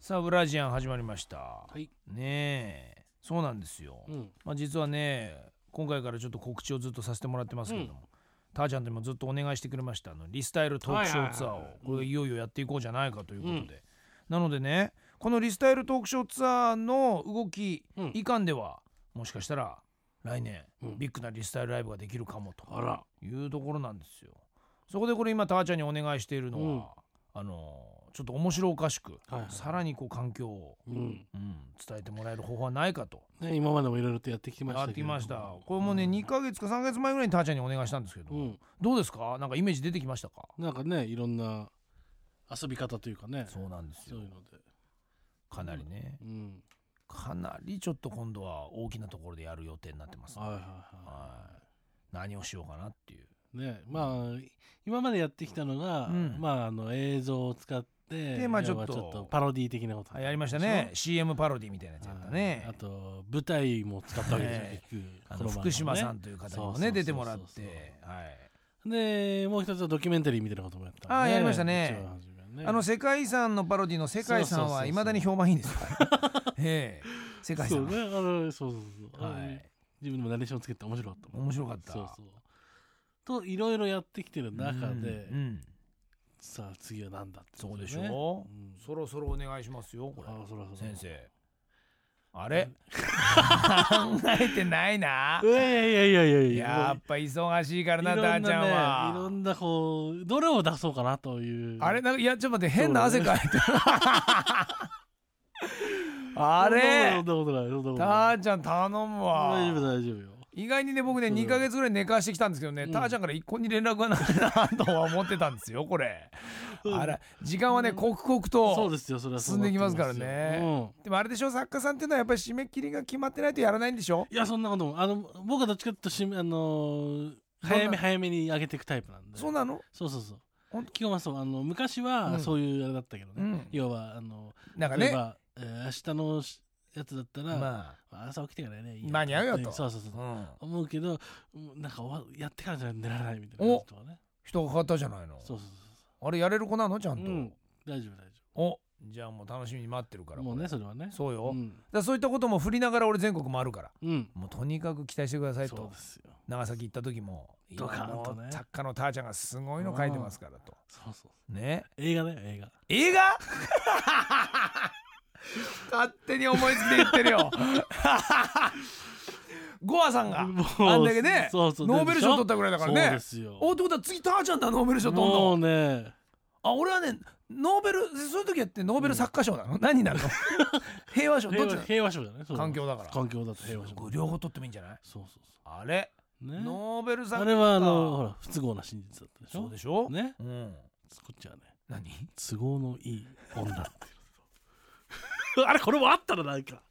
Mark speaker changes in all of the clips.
Speaker 1: さあブラジアン始まりました、
Speaker 2: はい
Speaker 1: ねえそうなんですよ、
Speaker 2: うん
Speaker 1: まあ、実はね今回からちょっと告知をずっとさせてもらってますけれども、ターちゃんともずっとお願いしてくれましたあのリスタイルトークショーツアー
Speaker 2: はいはい
Speaker 1: を
Speaker 2: はいはい
Speaker 1: これいよいよやっていこうじゃないかということで、なのでねこのリスタイルトークショーツアーの動き、
Speaker 2: うん
Speaker 1: いかんではもしかしたら来年、
Speaker 2: うん
Speaker 1: ビッグなリスタイルライブができるかもと
Speaker 2: あら
Speaker 1: いうところなんですよ。そこでこれ今ターちゃんにお願いしているのは、あのちょっと面白おかしく、
Speaker 2: はいはい
Speaker 1: さらにこう環境を、
Speaker 2: うん
Speaker 1: うん、伝えてもらえる方法はないかと
Speaker 2: ね今までもいろいろとやってきました
Speaker 1: や
Speaker 2: け
Speaker 1: っ
Speaker 2: ど
Speaker 1: てきましたこれもね、2ヶ月か3ヶ月前ぐらいにターちゃんにお願いしたんですけど、
Speaker 2: うん
Speaker 1: どうですかなんかイメージ出てきましたか
Speaker 2: なんかねいろんな遊び方というかね
Speaker 1: そうなんです
Speaker 2: そ
Speaker 1: よ
Speaker 2: ういうので
Speaker 1: かなりね
Speaker 2: うん
Speaker 1: かなりちょっと今度は大きなところでやる予定になってます、
Speaker 2: はいはいは
Speaker 1: はい何をしようかなっていう、
Speaker 2: いねまあ今までやってきたのが
Speaker 1: うん
Speaker 2: まああの映像を使って
Speaker 1: でまあ
Speaker 2: 要は
Speaker 1: ちょっと
Speaker 2: パロディ的なこと
Speaker 1: はいやりましたね CM パロディみたいなやつ
Speaker 2: でしょ
Speaker 1: やったね
Speaker 2: はいあと舞台も使ったわけですよ
Speaker 1: ね
Speaker 2: 結
Speaker 1: あ
Speaker 2: 局こ
Speaker 1: の
Speaker 2: の番組ね
Speaker 1: 福島さんという方にも
Speaker 2: そうそうそうそ
Speaker 1: ね
Speaker 2: う
Speaker 1: 出てもらって、はい、
Speaker 2: でもう一つはドキュメンタリーみたいなこともやったんで
Speaker 1: あーやりましたね
Speaker 2: 一番初めはね
Speaker 1: あの世界遺産のパロディの世界遺産は未だに評判いいんですよ。 ええ、世界遺
Speaker 2: そう
Speaker 1: 産、
Speaker 2: ねあのそうそうそう、
Speaker 1: は
Speaker 2: あの
Speaker 1: い、
Speaker 2: 自分でもナレーションつけて面白かったもん
Speaker 1: 面白かった。
Speaker 2: そうそうといろいろやってきてる中で、
Speaker 1: うんうん
Speaker 2: さあ次は何だってこ
Speaker 1: そう
Speaker 2: とね、
Speaker 1: でしょ、
Speaker 2: うん
Speaker 1: そろそろお願いしますよこれ
Speaker 2: ああそらそら
Speaker 1: 先生。あれ考えてない な。
Speaker 2: いやいやいやいやい
Speaker 1: やっぱ忙しいからな、ダーちゃん
Speaker 2: いろ
Speaker 1: は。
Speaker 2: んなこうどれを出そうかなという
Speaker 1: あれなんかいやちょっと待って変な汗かいてる。 あ
Speaker 2: そ
Speaker 1: れ
Speaker 2: んなことないそんなことな
Speaker 1: タ
Speaker 2: い
Speaker 1: ーちゃん頼むわ。
Speaker 2: 大丈夫大丈夫よ
Speaker 1: 意外にね僕ね
Speaker 2: そうだよ
Speaker 1: 2ヶ月ぐらい寝かしてきたんですけどね、
Speaker 2: うん
Speaker 1: ターちゃんから一向に連絡がないなとは思ってたんですよこれ、
Speaker 2: うん
Speaker 1: あら時間はね
Speaker 2: うん
Speaker 1: 刻々
Speaker 2: そう
Speaker 1: と
Speaker 2: ですよそれは
Speaker 1: 進んでいきますからね
Speaker 2: そうなってますよ
Speaker 1: でもあれでしょ作家さんっていうのはやっぱり締め切りが決まってないとやらないんでしょ
Speaker 2: うんいやそんなこともあの僕はどっちかというとしあのー
Speaker 1: そんな
Speaker 2: 早め早めに上げていくタイプなんで
Speaker 1: そうなの
Speaker 2: そうそうそう
Speaker 1: ほんと
Speaker 2: 基本はそうあの昔
Speaker 1: う
Speaker 2: は
Speaker 1: ん
Speaker 2: そういうあれだったけどね、
Speaker 1: うん
Speaker 2: 要はあの
Speaker 1: なんか
Speaker 2: 例え
Speaker 1: ね
Speaker 2: ば、えー明日のしやつだったら、
Speaker 1: ま
Speaker 2: 朝起きてからねいいや
Speaker 1: 間に合うよと
Speaker 2: そうそうそう
Speaker 1: あ、、うん、
Speaker 2: 思うけどうんなんか終わやってからじゃ寝られないみたいなやつとかね
Speaker 1: 人が変わったじゃないの
Speaker 2: そうそうそう
Speaker 1: あれやれる子なのちゃん
Speaker 2: そう
Speaker 1: と、
Speaker 2: うん大丈夫大丈
Speaker 1: おじゃあもう楽しみに待ってるから
Speaker 2: 夫もう
Speaker 1: これ
Speaker 2: ねそれはね
Speaker 1: そうよ、
Speaker 2: う
Speaker 1: だか
Speaker 2: ん、
Speaker 1: らそういったことも振りながら俺全国回るから
Speaker 2: うん、
Speaker 1: もうとにかく期待してください
Speaker 2: そう
Speaker 1: と
Speaker 2: ですよ
Speaker 1: 長崎行った時も
Speaker 2: ドカーンとね
Speaker 1: 今もう作家のターちゃんがすごいの書いてますからと、
Speaker 2: そうそう
Speaker 1: ね
Speaker 2: 映画だよ映画
Speaker 1: 映画 勝手に思いつきで言ってるよゴアさんが
Speaker 2: もう
Speaker 1: あんだけね
Speaker 2: そうそう
Speaker 1: ノーベル賞取っ
Speaker 2: で
Speaker 1: たぐらいだ
Speaker 2: し
Speaker 1: か
Speaker 2: ょ
Speaker 1: ら
Speaker 2: そう
Speaker 1: ね
Speaker 2: ですよ
Speaker 1: おってことは次ターちゃんだノーベル賞取ん
Speaker 2: もう
Speaker 1: の
Speaker 2: ね
Speaker 1: あ俺はねノーベルそういう時やってノーベル作家賞なの、何になる の平和賞ど
Speaker 2: 平
Speaker 1: っちな
Speaker 2: 和平和賞じゃないそう
Speaker 1: 環境だから
Speaker 2: 環境だと平和賞
Speaker 1: の両方取ってもいいんじゃない
Speaker 2: そうそう
Speaker 1: あれ、
Speaker 2: そうね
Speaker 1: ノーベル作家
Speaker 2: あれはあのほら不都合な真実だったでしょ
Speaker 1: そうでしょ、
Speaker 2: ね
Speaker 1: うん
Speaker 2: こっちはね
Speaker 1: 何
Speaker 2: 都合のいい女って いうあれこれもあったらなんか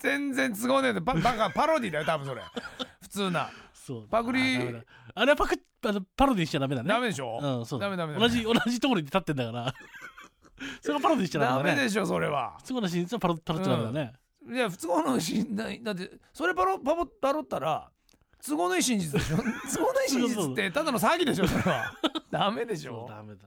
Speaker 1: 全然都合ねえでババカパロディだよ多分それ普通な
Speaker 2: そう
Speaker 1: パクリ
Speaker 2: あダメだあれはパクあのパロディしちゃダメだね
Speaker 1: ダメでしょ、
Speaker 2: うんそうだ
Speaker 1: ダメダメダメ
Speaker 2: 同じ同じところに立ってんだから それはパロディしちゃダ
Speaker 1: ダ
Speaker 2: メだ
Speaker 1: メ
Speaker 2: ね
Speaker 1: でしょそれは
Speaker 2: 不都合な真実はパロパロっちゃダメだね、
Speaker 1: いや不都合の真だだってそれパロパロパロったら都合のいい真実で しょ都合のいい真実ってただの詐欺でしょそれはダメでし
Speaker 2: そう
Speaker 1: ょ
Speaker 2: ダメだ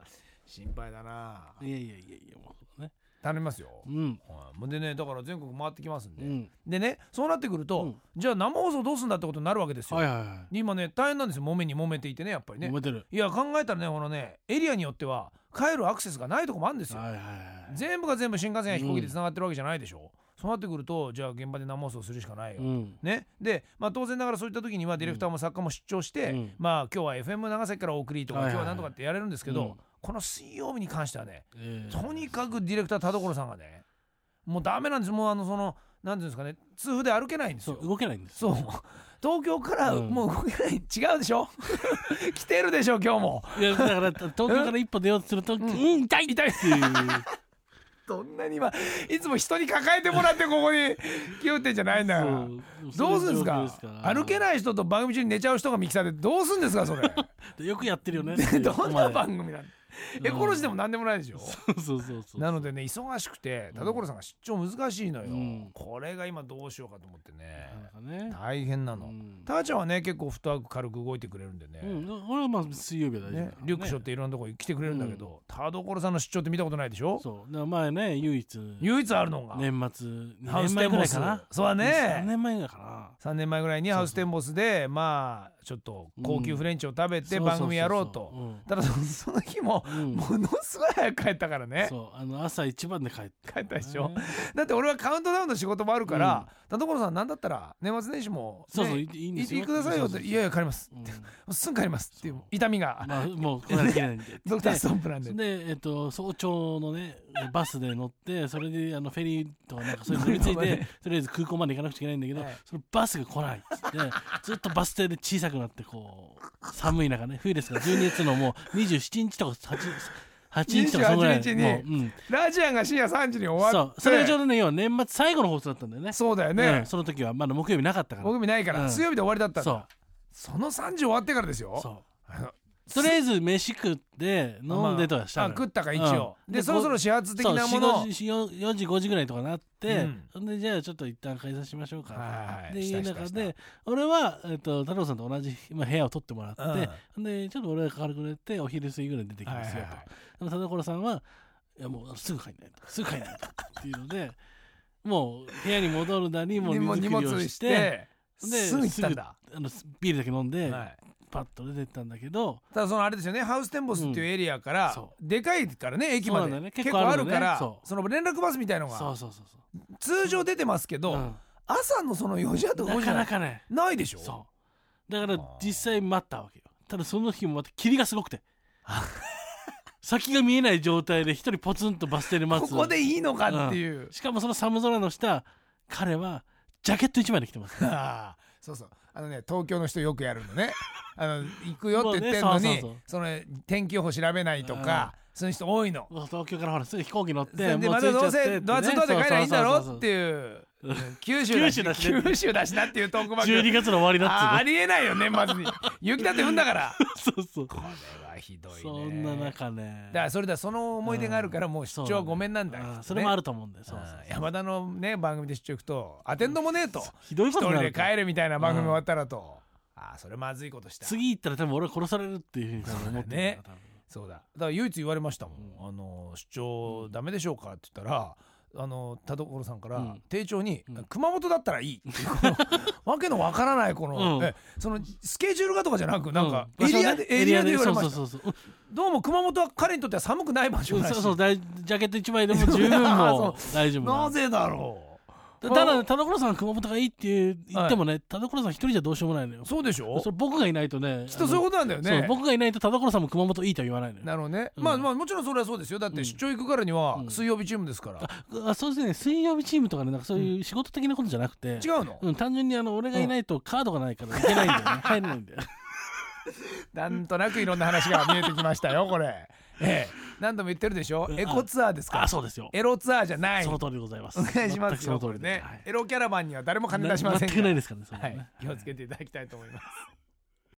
Speaker 1: 心配だない
Speaker 2: やいやいやいやもうね
Speaker 1: 頼みますよ、
Speaker 2: うん
Speaker 1: はいでねだから全国回ってきますん
Speaker 2: う
Speaker 1: で、
Speaker 2: ん
Speaker 1: でねそうなってくると、
Speaker 2: うん
Speaker 1: じゃあ生放送どうすんだってことになるわけですよ、
Speaker 2: はいはいは
Speaker 1: で今ね大変なんですよ揉めに揉めていてねやっぱり
Speaker 2: い、
Speaker 1: ね
Speaker 2: 揉めてる
Speaker 1: いや考えたらねこのねエリアによっては帰るアクセスがないとこもあるんですよ
Speaker 2: はいはいはい
Speaker 1: 全部が全部新幹線や飛行機でつながってるわけじゃないでしょ、そうなってくるとじゃあ現場で生放送するしかないよ、
Speaker 2: うん
Speaker 1: ね、で、まあ、当然ながらそういった時にはディレクターも作家も出張して、
Speaker 2: うん
Speaker 1: まあ今日は FM 長崎からお送りとか、
Speaker 2: はいはい
Speaker 1: 今
Speaker 2: は
Speaker 1: 日
Speaker 2: い
Speaker 1: はなんとかってやれるんですけど、
Speaker 2: うん
Speaker 1: この水曜日に関してはね
Speaker 2: えー
Speaker 1: とにかくディレクター田所さんがねもうダメなんですもうあのその何ていうんですかね痛風で歩けないんです
Speaker 2: そ
Speaker 1: よ
Speaker 2: う。動けないんです
Speaker 1: そう東京から
Speaker 2: うん
Speaker 1: もう動けない、違うでしょ 来てるでしょ今日も
Speaker 2: いやだから東京から一歩出ようとすると、うん、痛い痛いっていう
Speaker 1: どんなに今いつも人に抱えてもらってここに気をってんじゃないんだから
Speaker 2: そう
Speaker 1: どうするんですか歩け
Speaker 2: い
Speaker 1: ない人と番組中に寝ちゃう人がミキサーでどうするんですかそれ
Speaker 2: でよくやってるよね
Speaker 1: でどんな
Speaker 2: ン
Speaker 1: 番組なのエコロジーでも何でもないでしょ
Speaker 2: そうそうそう
Speaker 1: なのでね忙しくて田所さんが出張難しいのよ、
Speaker 2: うん
Speaker 1: これが今どうしようかと思ってね
Speaker 2: なかなかね
Speaker 1: 大変な
Speaker 2: う
Speaker 1: の
Speaker 2: ん
Speaker 1: ターちゃんはね結構太く軽く動いてくれるんでね,、
Speaker 2: うんだ俺はまあ水曜日は大丈夫だ
Speaker 1: ね
Speaker 2: からね
Speaker 1: リュック背負っていろんなとこ来てくれるんだけど、田所さんの出張って見たことないでしょ
Speaker 2: そうだから前ね唯一
Speaker 1: 唯一あるのが、
Speaker 2: 年末
Speaker 1: ハ
Speaker 2: 2
Speaker 1: ウス
Speaker 2: 年
Speaker 1: テ
Speaker 2: 前
Speaker 1: ン
Speaker 2: ぐ
Speaker 1: ボ
Speaker 2: らい
Speaker 1: ス
Speaker 2: かな
Speaker 1: そうだ
Speaker 2: 3
Speaker 1: ね
Speaker 2: 年前ぐらいかな
Speaker 1: 3年前ぐらいに
Speaker 2: そうそう
Speaker 1: ハウステンボスでまあちょっと高級フレンチを食べて
Speaker 2: そうそうそうそう
Speaker 1: 番組やろうと
Speaker 2: ん
Speaker 1: ただそその日も
Speaker 2: うん
Speaker 1: ものすごい早く帰ったからね
Speaker 2: そうあの朝一番で帰って
Speaker 1: 帰ったでしょだって俺はカウントダウンの仕事もあるから、田所さんなんだったら年末年始も、ね、
Speaker 2: そうそういいいん
Speaker 1: い
Speaker 2: ですよ
Speaker 1: いくださいよって「いやいや帰ります」
Speaker 2: うん
Speaker 1: すん帰ります」っていう
Speaker 2: そう
Speaker 1: 痛みが
Speaker 2: まあもうこれだけないん で
Speaker 1: ドクターストンプなんで
Speaker 2: でで、えっと、早朝のねバスで乗ってそれであのフェリーとかなんかそういうの 乗り継い
Speaker 1: 乗り込ま
Speaker 2: でとりあえず空港まで行かなくちゃいけないんだけど、
Speaker 1: はい
Speaker 2: そのバスが来ないっつってずっとバス停で小さくなってこう寒い中ね冬ですから12月のもう27日とか 8, 8日とかそのぐらい
Speaker 1: 28日に
Speaker 2: もう、うん、
Speaker 1: ラジアンが深夜3時に終
Speaker 2: そ
Speaker 1: わっ
Speaker 2: う
Speaker 1: て
Speaker 2: それがちょうどね要は年末最後の放送だったんだよね
Speaker 1: そうだよ
Speaker 2: う
Speaker 1: ね
Speaker 2: ん、その時はまだ木曜日なかったから
Speaker 1: 僕もないから、
Speaker 2: うん
Speaker 1: 水曜日で終わりだったんだ
Speaker 2: そ
Speaker 1: その3時終わってからです
Speaker 2: う
Speaker 1: よ
Speaker 2: そう
Speaker 1: あの
Speaker 2: とりあえず飯食って飲んでとかし
Speaker 1: あ
Speaker 2: たのよ
Speaker 1: 食ったか一応、
Speaker 2: うん
Speaker 1: で
Speaker 2: で
Speaker 1: そろそろ始発的
Speaker 2: そう
Speaker 1: なものを
Speaker 2: 4 4時5時ぐらいとかなって、
Speaker 1: うん
Speaker 2: ほんでじゃあちょっと一旦解散しましょうか、
Speaker 1: はいはい
Speaker 2: で
Speaker 1: した
Speaker 2: 家の
Speaker 1: した
Speaker 2: 中
Speaker 1: した
Speaker 2: で俺は、えっと太郎さんと同じ、まあ、部屋を取ってもらって、
Speaker 1: うん
Speaker 2: ほんでちょっと俺が軽く寝てお昼過ぎぐらいに出てき
Speaker 1: はい
Speaker 2: ま
Speaker 1: は
Speaker 2: す
Speaker 1: い
Speaker 2: よ
Speaker 1: はい
Speaker 2: と、でも田所さんはいやもうすぐ帰んないとすぐ帰んないとっていうのでもう部屋に戻るなりもう
Speaker 1: でもう
Speaker 2: 荷
Speaker 1: 荷
Speaker 2: 造
Speaker 1: 物
Speaker 2: りをして
Speaker 1: して
Speaker 2: です
Speaker 1: すぐ行ったんだ、
Speaker 2: あのビールだけ飲んで、
Speaker 1: はい、
Speaker 2: パッと出てったんだけど
Speaker 1: ただそのあれですよねハウステンボスっていうエリアから、
Speaker 2: うんそ
Speaker 1: でかいからね駅ま
Speaker 2: そう
Speaker 1: で、
Speaker 2: なんだよね
Speaker 1: 結
Speaker 2: 結
Speaker 1: 構
Speaker 2: 構
Speaker 1: あ
Speaker 2: あ
Speaker 1: る
Speaker 2: るのね
Speaker 1: からそ
Speaker 2: そう
Speaker 1: の連絡バスみたいの
Speaker 2: そ
Speaker 1: が
Speaker 2: うそうそうそう
Speaker 1: 通常出てますけど、
Speaker 2: うん
Speaker 1: 朝のその4時だと5
Speaker 2: な
Speaker 1: 時じ
Speaker 2: か
Speaker 1: ゃな
Speaker 2: ないかね
Speaker 1: ないでしょ
Speaker 2: そうだから実際待ったわけよただその日もまた霧がすごくて 先が見えない状態で一人ポツンとバス停で待
Speaker 1: こ
Speaker 2: つ
Speaker 1: こでいいのかっていう、
Speaker 2: しかもその寒空の下彼はジャケット一枚で来てま す
Speaker 1: ああ そうそうあのね東京の人よくやるのねあの行くよって言ってんのに、
Speaker 2: もうねそうそうそう
Speaker 1: その天気予報調べないとか、そういう人多いの。
Speaker 2: もう東京からほらすぐ飛行機乗って
Speaker 1: それで
Speaker 2: も
Speaker 1: ま
Speaker 2: う着
Speaker 1: た
Speaker 2: いち
Speaker 1: どう
Speaker 2: ゃってって
Speaker 1: せ
Speaker 2: ね
Speaker 1: どうせ東京帰りゃいいんだ
Speaker 2: そう
Speaker 1: ろ
Speaker 2: そうそうそう
Speaker 1: っていう 九州だし
Speaker 2: 九州だしね
Speaker 1: 九州だしなっていうトークバッ
Speaker 2: 12
Speaker 1: ク
Speaker 2: 月の終わりだっつう
Speaker 1: あ
Speaker 2: の
Speaker 1: ありえないよ年末に雪だって降んだから
Speaker 2: そうそう
Speaker 1: これはひどいね
Speaker 2: そんな
Speaker 1: だか
Speaker 2: 中ね
Speaker 1: らそれだその思い出があるからもう
Speaker 2: そ
Speaker 1: 出張
Speaker 2: う
Speaker 1: はごめんなんだ
Speaker 2: う
Speaker 1: よ、
Speaker 2: それもあ
Speaker 1: る
Speaker 2: ると思うんだよそうそうそう
Speaker 1: 山田のね番組で出張行くとアテンドもねえと
Speaker 2: ひどい
Speaker 1: 一
Speaker 2: ことに
Speaker 1: 人
Speaker 2: な
Speaker 1: で
Speaker 2: るから
Speaker 1: 帰れみたいな番組終わったらと、ああそれまずいことした
Speaker 2: 次行ったら多分俺は殺されるっていうふうに思ってるから
Speaker 1: そうだだから唯一言われましたもん「あの出張ダメでしょうか?」って言ったらあの田所さんから、
Speaker 2: うん
Speaker 1: 丁重に、
Speaker 2: うん
Speaker 1: 熊本だったらいい」っていうこ のわけのわからないこの、
Speaker 2: うん
Speaker 1: えそのスケジュールがとかじゃなくなんか、
Speaker 2: う
Speaker 1: エリアで、
Speaker 2: 場所ね
Speaker 1: エリアで言われました
Speaker 2: そうそうそうそう
Speaker 1: どうも熊本は彼にとっては寒くない場所
Speaker 2: うん
Speaker 1: らしい
Speaker 2: そうそう大ジャケット一枚でも十分
Speaker 1: あ
Speaker 2: も
Speaker 1: そう
Speaker 2: 大丈夫
Speaker 1: な
Speaker 2: な
Speaker 1: ぜだろう
Speaker 2: たただね田所さんは熊本がいいっていう言ってもね、田所さん一人じゃどうしようもないのよ
Speaker 1: そうでしょ
Speaker 2: それ僕がいないとね
Speaker 1: きっとそういう
Speaker 2: こ
Speaker 1: ことなんだよね
Speaker 2: 僕がいないと田所さんも熊本いいとは言わないのよ
Speaker 1: なるほどね、
Speaker 2: うん
Speaker 1: まあまあもちろんそれはそうですよだって出張行くからには
Speaker 2: うん
Speaker 1: 水曜日チームですから、
Speaker 2: あそうですね水曜日チームとかねなんかそういう仕事的なことじゃなくて、
Speaker 1: 違うの、
Speaker 2: うん、単純にあの俺がいないとカードがないからいけないんだよね入れないんだよ
Speaker 1: なんとなくいろんな話が見えてきま したよこれ、ええ、何度も言ってるでしょ
Speaker 2: うん
Speaker 1: エコツアーですから
Speaker 2: あそうですよ
Speaker 1: エロツアーじゃない
Speaker 2: その
Speaker 1: お
Speaker 2: 通りでございます
Speaker 1: 願いしま
Speaker 2: 全く
Speaker 1: す
Speaker 2: その
Speaker 1: よ
Speaker 2: 通
Speaker 1: こ
Speaker 2: り
Speaker 1: れね
Speaker 2: ではい
Speaker 1: エロキャラバンには誰も金出しません
Speaker 2: 全く
Speaker 1: か
Speaker 2: ない
Speaker 1: ら
Speaker 2: ですからねそれ
Speaker 1: は
Speaker 2: はいね、
Speaker 1: 気をつけていただきたいと思います